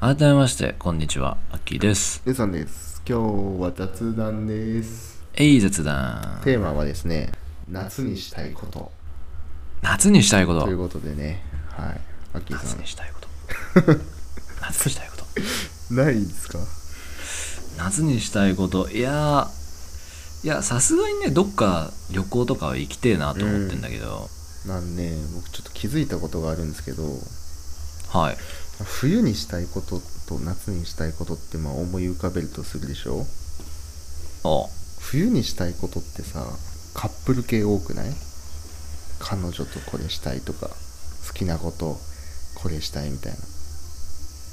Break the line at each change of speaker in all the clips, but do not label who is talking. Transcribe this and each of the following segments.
改めましてこんにちはアッキーです
姉さんです。今日は雑談です。
えい雑談
テーマはですね、夏にしたいこと
夏にしたいこと
ということでね、はい。アッキー
夏
さ
にしたいこと 夏にしたいこと
ん。ないですか
夏にしたいこといやーいやさすがにねどっか旅行とかは行きてえなと思ってんだけど、
なんね、僕ちょっと気づいたことがあるんですけど、
はい
冬にしたいことと夏にしたいことってまあ思い浮かべるとするでしょ
おう
冬にしたいことってさカップル系多くない彼女とこれしたいとか好きなことこれしたいみたいな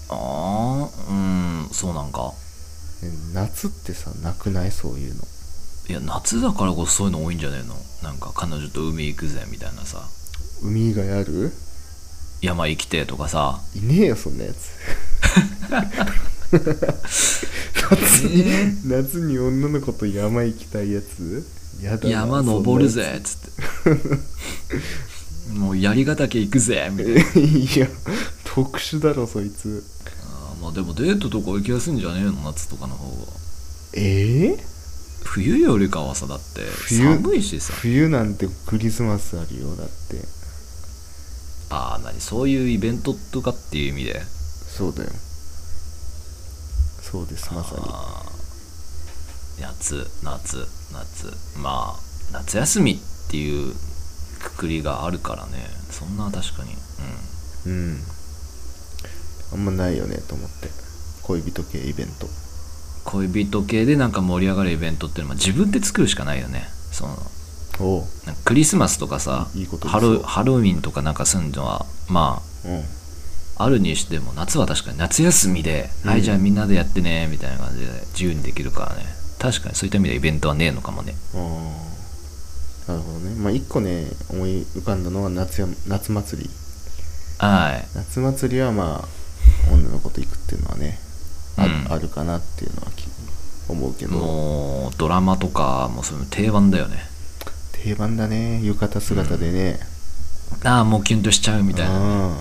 ああうんそうなんか
え夏ってさなくないそういうの
いや夏だからこそそういうの多いんじゃねえのなんか彼女と海行くぜみたいなさ
海以外ある
山行きてえとかさ
いねえよそんな やつ夏に、夏に女の子と山行きたいやつやだな
山登る
そんな
ぜっつって もう槍ヶ岳行くぜみたいな
やついや特殊だろそいつ
あーまあでもデートとか行きやすいんじゃねえの夏とかの方が
ええ
冬よりかはさだって
冬
寒いしさ
冬なんてクリスマスあるよだって
ああ何そういうイベントとかっていう意味で
そうだよそうですまさに
あー夏夏夏まあ夏休みっていうくくりがあるからねそんな確かにうん
うんあんまないよねと思って恋人系イベント
恋人系でなんか盛り上がるイベントっていうのは自分で作るしかないよねその
おう
なんかクリスマスとかさ
いいこと
ハ
ですよ
ロハロウィンとかなんかすんのはま
うん
ああるにしても夏は確かに夏休みで、
うん
はいじゃあみんなでやってねみたいな感じで自由にできるからね確かにそういった意味ではイベントはねえのかもね
ああなるほどねまあ一個ね思い浮かんだのは夏や夏祭り
はい
夏祭りはまあ女の子と行くっていうのはねあ,、
うん
あるかなっていうのはき思うけど
もうドラマとかもうそういうの定番だよね
定番だね浴衣姿でね、
ああもうキュンとしちゃうみたいな
あ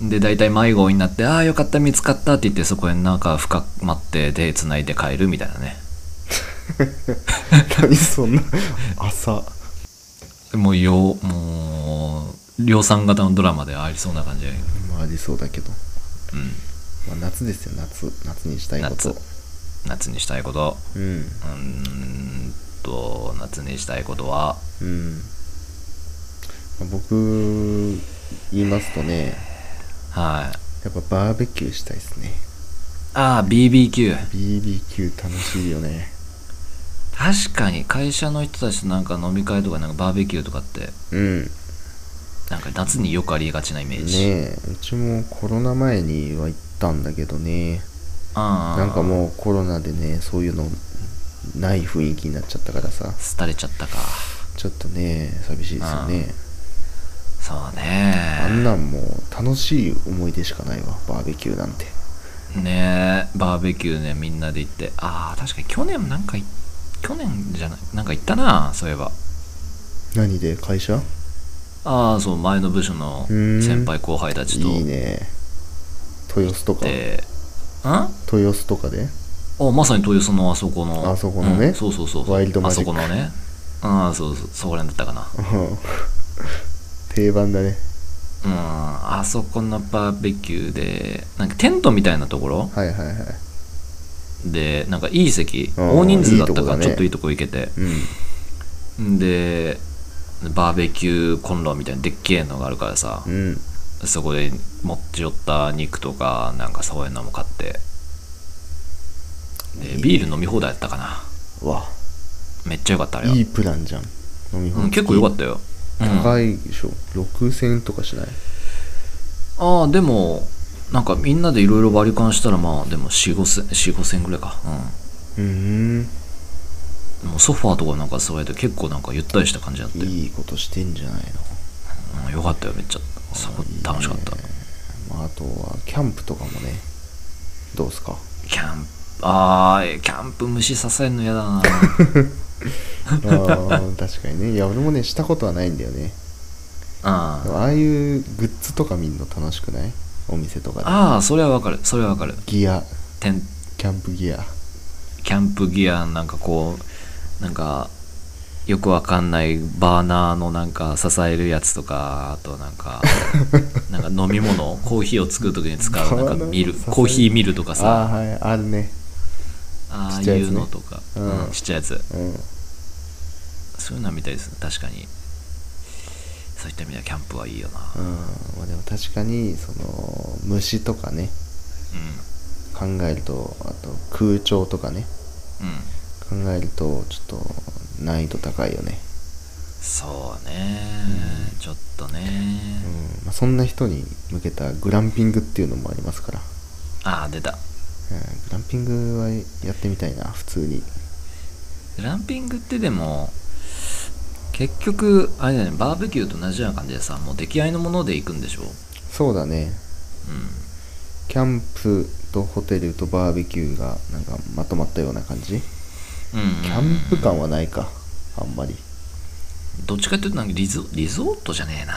で大体迷子になってああよかった見つかったって言ってそこへなんか深まって手つないで帰るみたいなね
あ何そんな朝
もうようもう量産型のドラマでありそうな感じで
まあありそうだけど、
うん
まあ、夏ですよ夏夏にしたいこと
夏夏にしたいこと
うん
うーんと夏にしたいことは
うん、まあ僕言いますとね
はい
やっぱバーベキューしたいですね
ああ BBQ
BBQ 楽しいよね
確かに会社の人たちとなんか飲み会とかなんかバーベキューとかって
うんね
なんか夏によくありがちなイメージ、
えうちもコロナ前には行ったんだけどね
な
なんかもうコロナでねそういうのない雰囲気になっちゃったからさ
廃れちゃったか
ちょっとね寂しいですよね
そうね
あんなんもう楽しい思い出しかないわバーベキューなんて
ねえバーベキューねみんなで行ってああ確かに去年なんかい去年じゃないなんか行ったなそういえば
何で会社
ああそう前の部署の
うん
先輩後輩たちと
いいね豊洲とか
でん
豊洲とかで
おまさに豊洲のあそこの
あそこのね
うんそうそうそうそう
ワイルドマジック
あそこのねああそうそうそこら辺だったかな
うん 定番だね
うんあそこのバーベキューでなんかテントみたいなところ
はいはいはい
でなんかいい席
うん
大人数だったか
いいとこだ
ら
ね
ちょっといいとこ行けて
うん
でバーベキューコンロみたいなでっけえのがあるからさ、
うん
そこで持ち寄った肉とかなんかそういうのも買ってでビール飲み放題やったかな
わ
めっちゃよかったあれはい
いプランじゃん飲み
う
放
ん、
題
結構よかったよ
高いでしょ、6000円とかしない
ああでもなんかみんなでいろいろ割り勘したらまあでも4 5千4 5千ぐらいか
うん
うんもうソファーとかなんか座れて結構なんかゆったりした感じだって、
いいことしてんじゃない
うん、よかったよめっちゃそこ楽しかった
の、まあ、あとはキャンプとかもねどうすか
キャンプあーキャンプ虫刺されるの嫌だ な
あー確かにねいや俺もねしたことはないんだよねで
あ
もああいうグッズとか見るの楽しくないお店とかで
あーそれはわかるそれはわかる
ギア
テン
キャンプギア
キャンプギアなんかこうなんかよくわかんないバーナーのなんか支えるやつとかあとなん かなんか飲み物コーヒーを作る時に使うなんか
バーナーの
ミル
支える
コーヒーミルとか
あ
さ
あーはいあるね
あ
ち
あ
っ
い
ちゃいやつ
う
ね
のとか
うん
うんちっちゃいやつ
うん
そういうのは見たいですね確かにそういった意味ではキャンプはいいよな
うんまあ、でも確かにその虫とかね考えるとあと空調とかね
うんうん
考えるとちょっと難易度高いよね、
そうねちょっとね
うんまあ、そんな人に向けたグランピングっていうのもありますから、
ああ出た
うん、グランピングはやってみたいな普通に
グランピングってでも結局あれだよねバーベキューと同じような感じでさもう出来合いのもので行くんでしょ
そうだね
う
キャンプとホテルとバーベキューがなんかまとまったような感
ん、
じ
うんうんうん
キャンプ感はないかあんまり
どっちかっていうとなんかリゾリゾートじゃねえな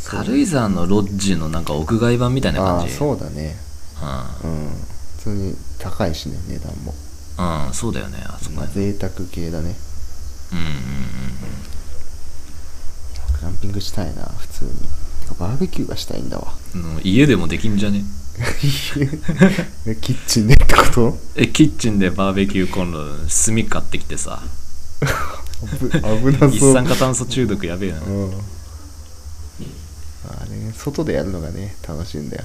そう
軽井沢のロッジのなんか屋外版みたいな
あ
感
あ
じ
そうだね
う
うん普通に高いしね値段も
ん、うん、そうだよねあそこ
ま
は
あ
ね
贅沢系だね
うんうん
グランピングしたいな普通にてかバーベキューがしたいん だわ
うんうんもう家でもできんじゃね
ねキッチンでってこと
えキッチンでバーベキューコンロ炭買ってきてさ
危危な
一
そう
酸化炭素中毒やべえな、
うんまあね外でやるのがね楽しいんだよ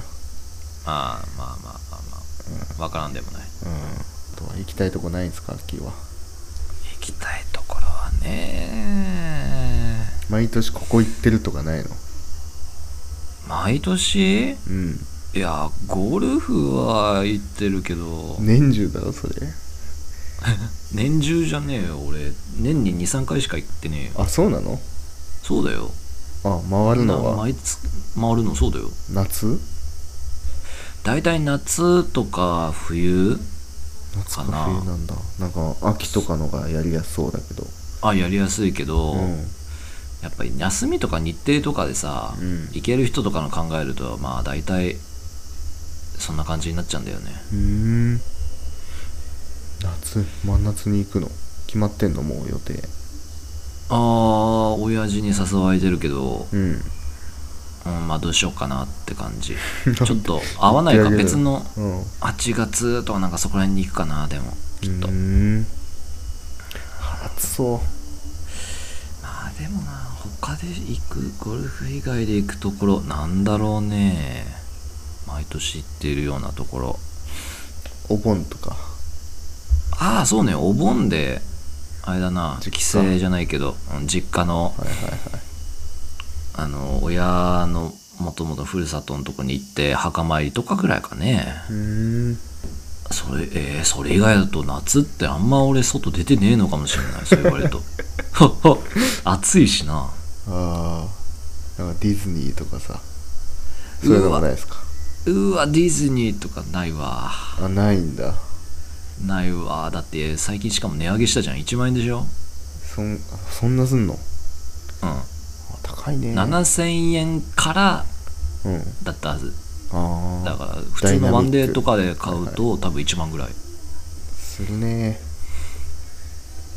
まあまあまあまあまあわからんでもない
うんあとは行きたいとこないんですかアッキーは
行きたいところはね
毎年ここ行ってるとかないの
毎年い
うん
やゴルフは行ってるけど、
年中だろそれ
年中じゃねえよ俺年に23回しか行ってねえよ
あそうなの
そうだよ
あ回るの
な
は
毎月回るのそうだよ
夏
大体夏とか冬
夏か
かな
冬なんだなんか秋とかのがやりやすそうだけど
あやりやすいけど、
うん
やっぱり休みとか日程とかでさ、
うん
行ける人とかの考えるとまあ大体そんな感じになっちゃうんだよね
うーん夏真夏に行くの決まってんのもう予定
ああ親父に誘われてるけど、
うん
うん、まあどうしようかなって感 じ
なんで
ちょっと合わない
言
か
ってあげる
別の
うんう
8月とかなんかそこら辺に行くかなでもちょっと
ーん暑そ
まあでもな他で行くゴルフ以外で行くところなんだろうね毎年行ってるようなところ
うお盆とか
ああそうねお盆であれだな
実家
帰省じゃないけど、うん実家の
はいはいはい
あの親のもともとふるさとのとこに行って墓参りとかぐらいかね
うーん
それえー、それ以外だと夏ってあんま俺外出てねえのかもしれないそう言われると 暑いしな
ああなんかディズニーとかさそういうのもないですか
うわディズニーとかないわ
あないんだ
ないわだって最近しかも値上げしたじゃん1万円でしょ
そんあそんなすんの
うん、
あ高いね
7000円から
うん
だったはず
ああ
だから普通のワンデーとかで買う
ダイナミック
と多分1万ぐらい
するね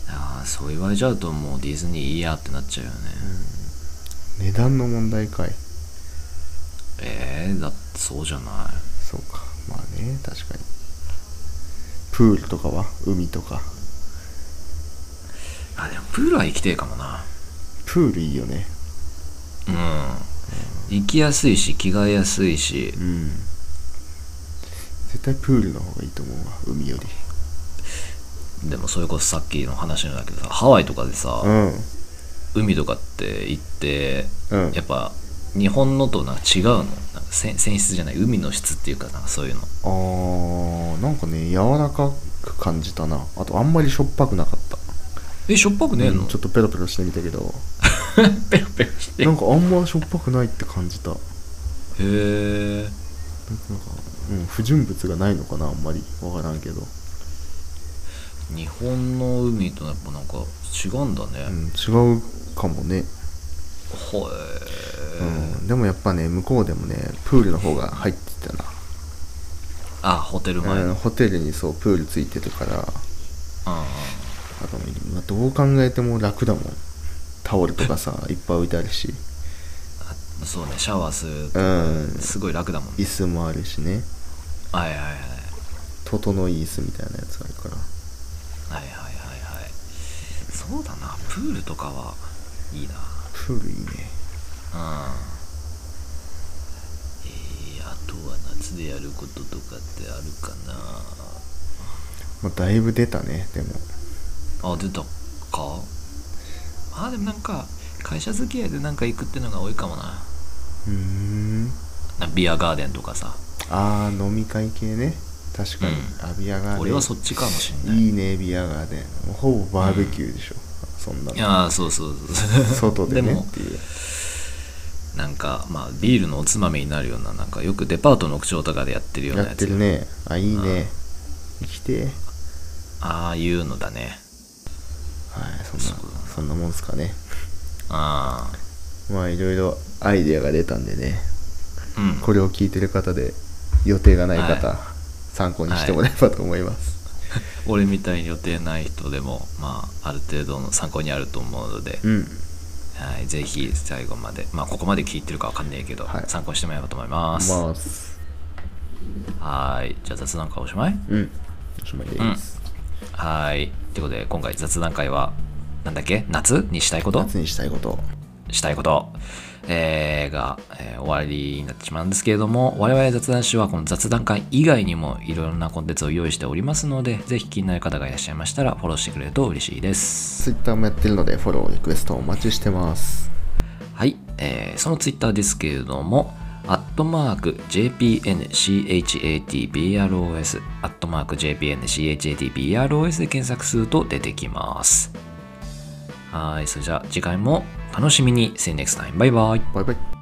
ああそう言われちゃうともうディズニーいいやってなっちゃうよね、
値段の問題かい
ええー、だってそうじゃない
そうかまあね確かにプールとかは海とか
あでもプールは行きてえかもな
プールいいよね
うん行きやすいし着替えやすいし
うん絶対プールの方がいいと思うわ海より
でもそれこそさっきの話なんだけどさハワイとかでさ、
うん
海とかって行って
うん
やっぱ日本のとなんか違うのなんかせ泉質じゃない海の質っていうかなんかそういうの
あーなんかね柔らかく感じたなあとあんまりしょっぱくなかった
えしょっぱくねえの、
うんちょっとペロペロしてみたけど
ペロペロしてへ
なんかあんましょっぱくないって感じたなんか
え
うん、不純物がないのかなあんまりわからんけど、
日本の海とやっぱなんか違うんだ
う
ね、
ん、違うかもね、
ほえ、
うん、でもやっぱね向こうでもねプールの方が入ってたな
あホテル前
あ
の、うん
のホテルにそうプールついてるからあと、まあどう考えても楽だもんタオルとかさいっぱい置いてあるし
あそうねシャワーする
う
と
ん
すごい楽だもんね、
椅子もあるしね
はいはいはい
整い椅子みたいなやつあるから
はいはいはいはいそうだなプールとかはいいな
プールいいね
うんえー、あとは夏でやることとかってあるか
まあ、だいぶ出たねでも
なあ出たかあでもなんか会社付き合いでなんか行くってのが多いかもな
うーん
なビアガーデンとかさ
あー飲み会系ね確かに、
うん
あビアガーデン
俺はそっちかもしんない
いいねビアガーデンもうほぼバーベキューでしょ、そんないの
やー そうそうそう
外でね
でも
っていう
なんかまあビールのおつまみになるようななんかよくデパートの屋上とかでやってるような
や
やつ
ってるねあいいね生きてえ
ああいうのだね
はいそん
そう
なそんなもんすかね
ああ
まあいろいろアイデアが出たんでね
うん
これを聞いてる方で予定がない方、
はい
参考にしてもらえればと思います、
俺みたいに予定ない人でも、まあ、ある程度の参考にあると思うので、
うん
はい、ぜひ最後まで、まあ、ここまで聞いてるかわかんないけど、
はい
参考にしてもらえばと思います。
まあ
はい、じゃあ雑談会おしまい
うんおしまいです、
はい。ということで、今回雑談会は、なんだっけ夏にしたいこと
夏にしたいこと
したいこと、えーが、えー終わりになってしまうんですけれども我々雑談師はこの雑談会以外にもいろいろなコンテンツを用意しておりますのでぜひ気になる方がいらっしゃいましたらフォローしてくれると嬉しいです
ツイッターもやってるのでフォローリクエストお待ちしてます
はい、えーそのツイッターですけれども、アットマーク JPNCHATBROS、アットマーク JPNCHATBROS で検索すると出てきます。はい、それじゃあ次回も楽しみに。See you next time. バイバイ。
バイバイ